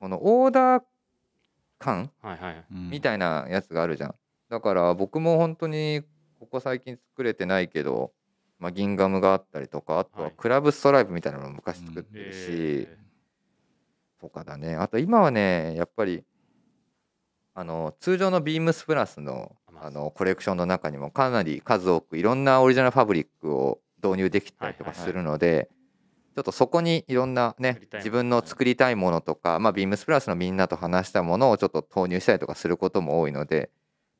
このオーダー感
はいはい
み
い。
たいなやつがあるじゃん、だから僕も本当にここ最近作れてないけど、まあ、ギンガムがあったりとかあとは
はい
クラブストライプみたいなのも昔作ってるし、
え
とかだねあと今はねやっぱりあの通常のビームスプラスの
あまあ
あのコレクションの中にもかなり数多くいろんなオリジナルファブリックを導入できたりと
は
か
いはい
するので、ちょっとそこにいろんなね
作りたいもの
自分の作りたいものとか、まあ、ビームスプラスのみんなと話したものをちょっと投入したりとかすることも多いので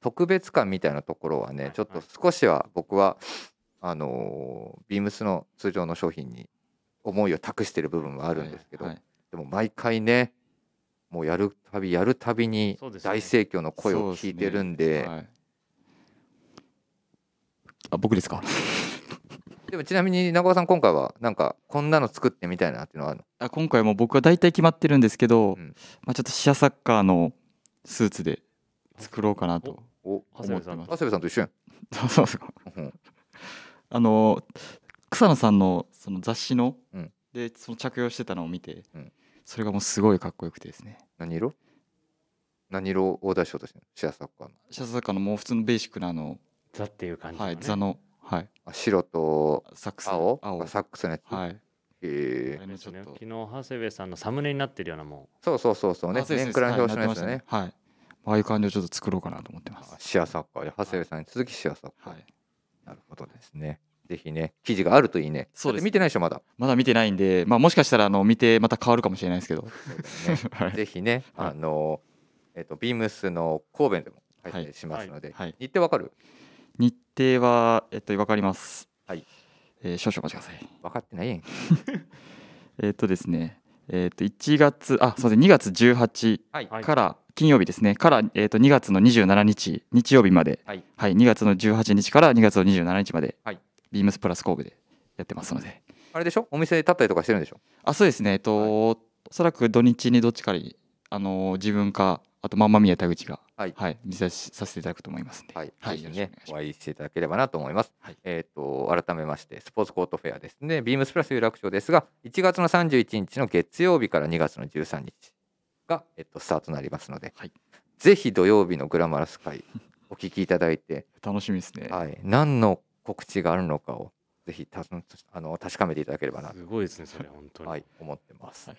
特別感みたいなところは
はいは
ね
い
ちょっと少しは僕はあのビームスの通常の商品に思いを託してる部分はあるんですけど、
はい
でも毎回ねもうやるたびやるたびに
そうですね
大盛況の声を聞いてるんでで,、
はいあ、僕ですか。
もちなみに中尾さん今回はなんかこんなの作ってみたいなっていうのはあるの
あ、今回も僕は大体決まってるんですけど、
うん
まあ、ちょっとシアサッカーのスーツで作ろうかなと。
お
長谷部さん
思って
長谷部さんと一緒やん、
そうそうそう。
うん
あの草野さんのその雑誌の、
うん
でその着用してたのを見て、
うん
それがもうすごいかっこよくてですね
何色何色をオーダーしようとしてるのシアサッカーの
シャツ坂のもう普通のベーシックなあの、
ザっていう感じの、
は
ね
い、座の、はい、
あ白と
サックス
青
青
サックスのやつ、
はい、
へ
あ
え
れの
です
ちょ
ね
っと
昨日長谷部さんのサムネになってるようなも
そうそうそうそうね
あそうです
年間表紙のやつ
そう
ね
ですはいなってましたねはいああいう感じをちょっと作ろうかなと思ってます
あシアサッカーで長谷部さんに続きシアサッカー、
はい
なるほどですねぜひね記事があるといいね
そうで
だ
す
って見てないでしょまだ
まだ見てないんで、まあ、もしかしたらあの見てまた変わるかもしれないですけど、
ね
はい
ぜひね、
はい
あの、えっ、と、ビームスの神戸でも開
は
催
い
しますので、
はい、
日程わかる
日程は、えっと、わかります、
はい
えー少々お待ちください
分かってないやん。
えーっとですね、えーっと1月、あ、すみません、2月18
はい。
はい
から金曜日ですね、からえーっと2月の27日日曜日まで、
はい、
2月の18日から2月の27日まで、
はい
ビームスプラス神戸でやってますので、
あれでしょお店立ったりとかしてるんでしょ
あ、そうですね、えーっと、おそらく土日にどっちかにあのー自分かあとマンマミヤ田口が、
はい
見さしさせていただくと思いますんで、
はい。
はい
ぜひ
よろ
ね
しくお願い、し
お
ま
会いしていただければなと思います。
はい
えっ、と、改めまして、スポーツコートフェアですね。ビームスプラス有楽町ですが、1月の31日の月曜日から2月の13日が、えっと、スタートになりますので、
はい
ぜひ土曜日のグラマラス 会、お聞きいただいて、
楽しみですね。
はい、何の告知があるのかを、ぜひたあの確かめていただければなと
うすごいですねそれ本当に、
はい、思ってます、は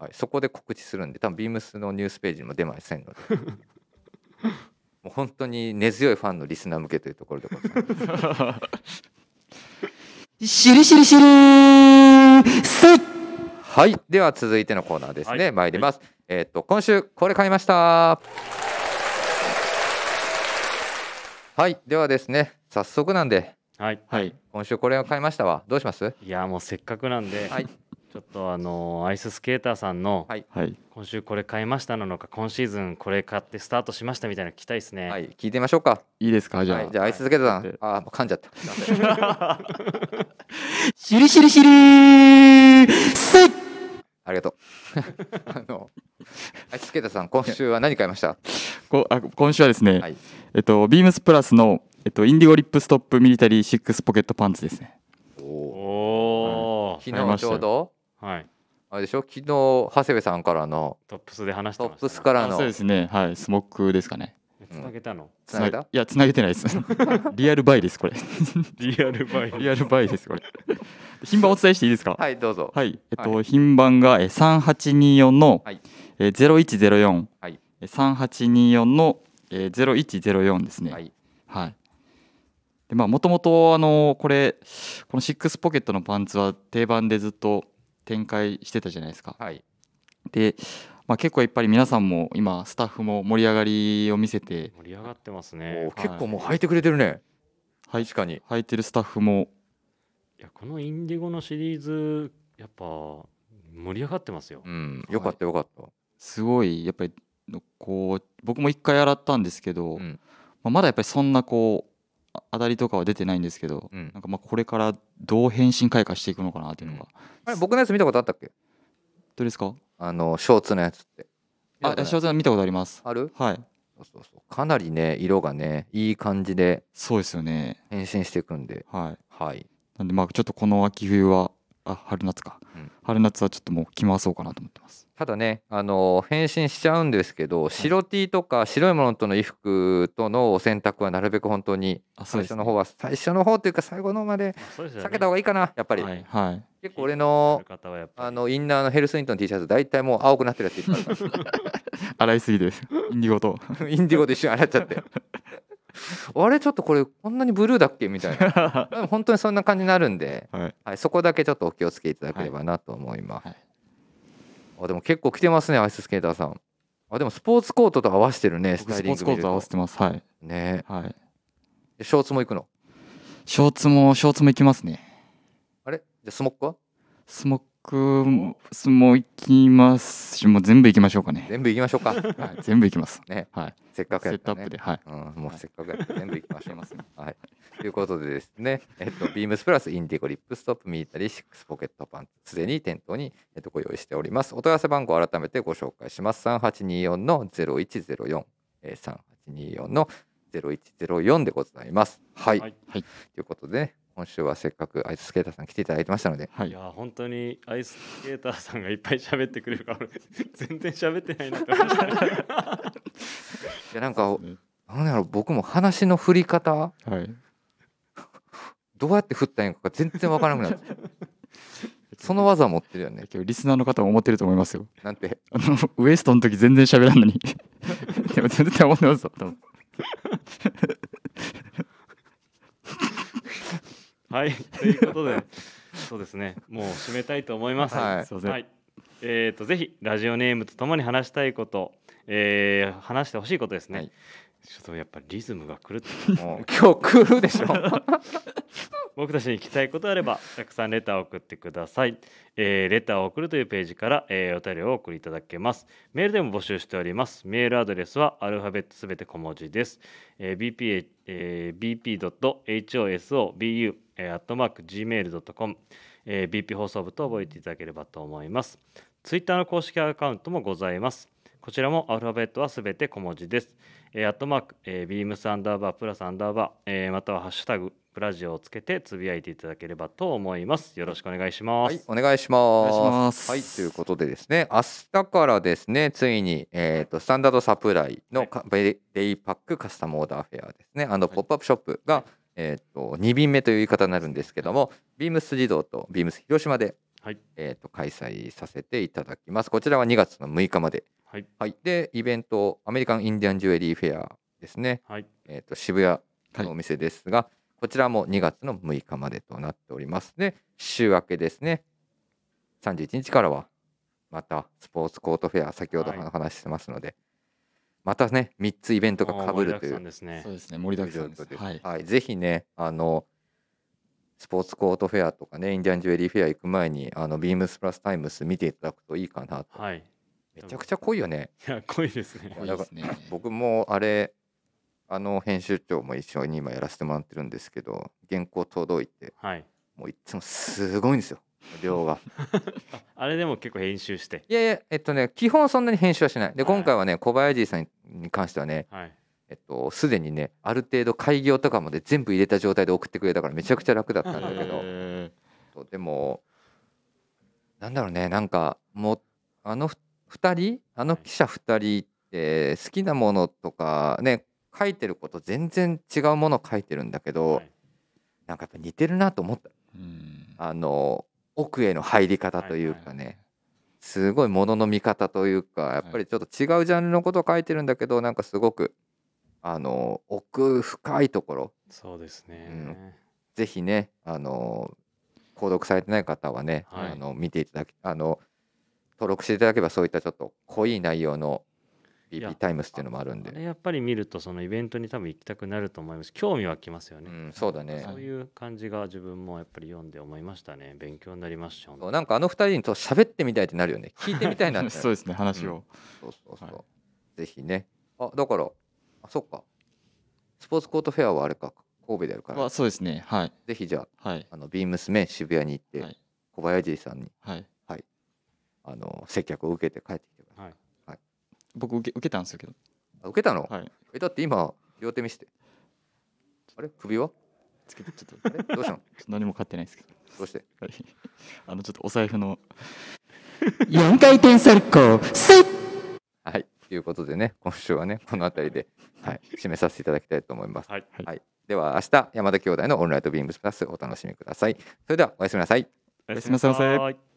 はいい
そこで告知するんで多分ビームスのニュースページにも出ませんのでもう本当に根強いファンのリスナー向けというところでございます
シュルシュルシュルせい
はい では続いてのコーナーですね、
はい
参ります、えーっと今週これ買いましたはいではですね早速なんで
はい
はい、
今週これを買いましたわどうします
いやもうせっかくなんで、
はい
ちょっとあのーアイススケーターさんの
はい
はい、
今週これ買いましたなのか今シーズンこれ買ってスタートしましたみたいなの聞きたいですね、
はい聞いてみましょうか
いいですかじゃあ、
はい、じゃあアイススケートさん、
はい
あー噛んじゃった
シュルシュルシュルせい
ありがとうあのアイススケートさん今週は何買いました
こあ今週はですね、
はい
えっと、ビームスプラスの、えっと、インディゴリップストップミリタリーシックスポケットパンツですね。
おー
おお、
昨日ちょうど
はい。
あれでしょ昨日長谷部さんからの
トップスで話して
ト
ま
ッ
した、
プスから
あ
の
そうですね、はい、スモックですかね。
つなげたの。
つなげた
いや、つなげてな いです。リアルバイです、これ。
リアルバイ
リアルバイです、これ。 品番お伝えしていいですか。
はいどうぞ、
はい、えっと、
は
品番がえ三八二四の
はい
ゼロ一ゼロ四
はい
三八二四のゼロ一ゼロ四ですね。
は
はい。
い
でまあもともとあのこれこのシックスポケットのパンツは定番でずっと展開してたじゃないですか。
はい
で、まあ結構やっぱり皆さんも今スタッフも盛り上がりを見せて
盛り上がってます
お
ね
ー。結構もう履いてくれてるね、
はい
確かに
履いてるスタッフも
いやこのインディゴのシリーズやっぱ盛り上がってますよ
う。んよかったよかった、
すごいやっぱりこう僕も一回洗ったんですけど、
うん
まあ、まだやっぱりそんなこうあ当たりとかは出てないんですけど、
うん
なんかまあこれからどう変身開花していくのかなっていうのが、
うんあれ僕のやつ見たことあったっけ
どうですか
あのショーツのやつって
あ
見たことない
吉田さん見たことあります
ある
はい
そうそうそうかなりね色がねいい感じで
そうですよね
変身していくんで
はい
はい
なんでまあちょっとこの秋冬はあ春夏か、
うん
春夏はちょっともう着回そうかなと思ってます
ただね、あの変身しちゃうんですけど白 T とか白いものとの衣服との選択はなるべく本当に
あそ
最
うです
初の
ね
方は最初の方というか最後の方まで
そうですよね。
避けた方がいいかなやっぱり、
はい、はい、
結構俺の
着てる方はやっぱり
あのインナーのヘルスイントの T シャツ大体もう青くなってるやついっぱいあるか
洗いすぎ ですインディゴと
らインディゴと一緒に洗っちゃってあれちょっとこれこんなにブルーだっけみたいな でも本当にそんな感じになるんで、
はい
はい、そこだけちょっとお気をつけいただければなと思います、
はい
あでも結構着てますねアイススケーターさんあでもスポーツコートと合わせてるねス
僕
タ
ス
イリ
ポ
ン
ー
グ
ツコート合わせてますはい
見るとね
はい
でショーツも行くの
ショーツもショーツもいきますね
あれじゃあスモックは
スモックもスも行きますし、もう全部行きましょうかね。
全部行きましょうか
はい、全部行きます。
ね
はい。
せっかく
セ
やっ
ット
た
ア
ね
ップで、はい。
うん、もうせっかくやって全部いきましょ
行きますね
う。はい、ということでですね、えっと、ビームスプラスインディゴリップストップミータリーシックスポケットパンツすでに店頭に、えっと、ご用意しておりますお問い合わせ番号を改めてご紹介します3824の0104、えー、3824の0104でございますはい、
はい
はい
ということでね、今週はせっかくアイススケーターさん来ていただいてましたので
はいい。
や本当にアイススケーターさんがいっぱい喋ってくれるから俺全然喋ってないなって思いまし た
いやなんか
ね
なんだろう僕も話の振り方
はい。
どうやって振ったらいいのか全然わからなくな ってその技持ってるよね
今日リスナーの方も思ってると思いますよ。
なんて
あの、ウエストの時全然喋らん のに。でも全然思ってますよ。多分
はい、ということで、そうですね、もう締めたいと思います。
はい
すいません
えっ、と、ぜひラジオネームとともに話したいこと、えー話してほしいことですね。
はい
ちょっとやっぱりリズムが狂って
もう今日来るでしょ。
僕たちに聞きたいことあればたくさんレターを送ってください、えーレターを送るというページから、えーお便りをお送りいただけますメールでも募集しておりますメールアドレスはアルファベットすべて小文字です、えー bp えー bp.hosobu アットマーク gmail.com、えー bp 放送部と覚えていただければと思いますツイッターの公式アカウントもございますこちらもアルファベットはすべて小文字です。えー、アットマーク、えー、ビームスアンダーバープラスアンダーバー、えー、またはハッシュタグプラジオをつけてつぶやいていただければと思います。よろしくお願いしま
は
す。
い、お願いします。
お願いします
はい、ということでですね、明日からですね、ついに、えー、とスタンダードサプライのか、デイパックカスタムオーダーフェアですね、あのポップアップショップが、えー、と2便目という言い方になるんですけども、ビームス児童とビームス広島で、
はい
えー、と開催させていただきます。こちらは2月の6日まで。
はい。
はい、で、イベント、アメリカン・インディアン・ジュエリーフェアですね、
はい。
えー、と渋谷のお店ですが、こちらも2月の6日までとなっております。で、週明けですね、31日からは、またスポーツコートフェア、先ほど
はい
お話ししてますので、またね、3つイベントがかぶるとい
お
う
ー盛りだくさ
ん
ですね
そう。ですね。盛りだくさんで
という
す。
こと
は
で
い。
はい、ぜひねあのスポーツコートフェアとかねインディアンジュエリーフェア行く前にあのビームスプラスタイムス見ていただくといいかなと
はい。い
めちゃくちゃ濃いよね
や、濃いですね。
い
いいですね。
僕もあれあの編集長も一緒に今やらせてもらってるんですけど原稿届いて
はい。
もういつもすごいんですよ量 が
あれでも結構編集して。
いやいやえっとね基本そんなに編集はしないで
はい
今回はね小林さんに関してはね、
はい。
えっと、すでにねある程度開業とかまで全部入れた状態で送ってくれたからめちゃくちゃ楽だったんだけど
え
そうでもなんだろうねなんかもうあの2人あの記者2人って好きなものとかね書いてること全然違うもの書いてるんだけど、
はい
なんかやっぱ似てるなと思った
うん
あの奥への入り方というかね、すごいものの見方というかやっぱりちょっと違うジャンルのことを書いてるんだけどなんかすごくあの奥深いところ
そうですね。
うんぜひねあの購読されてない方はね、
はい
あの見ていただきあの登録していただければそういったちょっと濃い内容の
いや
BP タイムスっていうのもあるん
あれ
で、
やっぱり見るとそのイベントに多分行きたくなると思います興味湧きますよ
う
ね、
ん、そうだね
そういう感じが自分もやっぱり読んで思いましたね勉強になりました
そうなんかあの二人にと喋ってみたいってなるよね聞いてみたいなってなる
そうですね話を、
そうそうそう。
は
ぜひね。あだから、あそっか。スポーツコートフェアはあれか、神戸でやるから、
はそうですねはい
ぜひじゃあ、
はい
あのビームスメン渋谷に行って、
はい
小林さんに
はい
あの接客を受けて帰ってきてください
はい
僕受け受けたんですけど
あ受けたの、
はい
えだって今、両手見せて。あれ首は
つけてちょっと
あれどうしたの
ちょっと何も買ってないですけど、
どうして
はい、あのちょっとお財布の
4回転サルコースイ
はい。ということでね、今週はね、この辺りで、はい、締めさせていただきたいと思います。
はい
では、明日、山田兄弟のオンライトビームスプラスお楽しみください。それでは、おやすみなさい。
お
やすみなさい
やすみなさい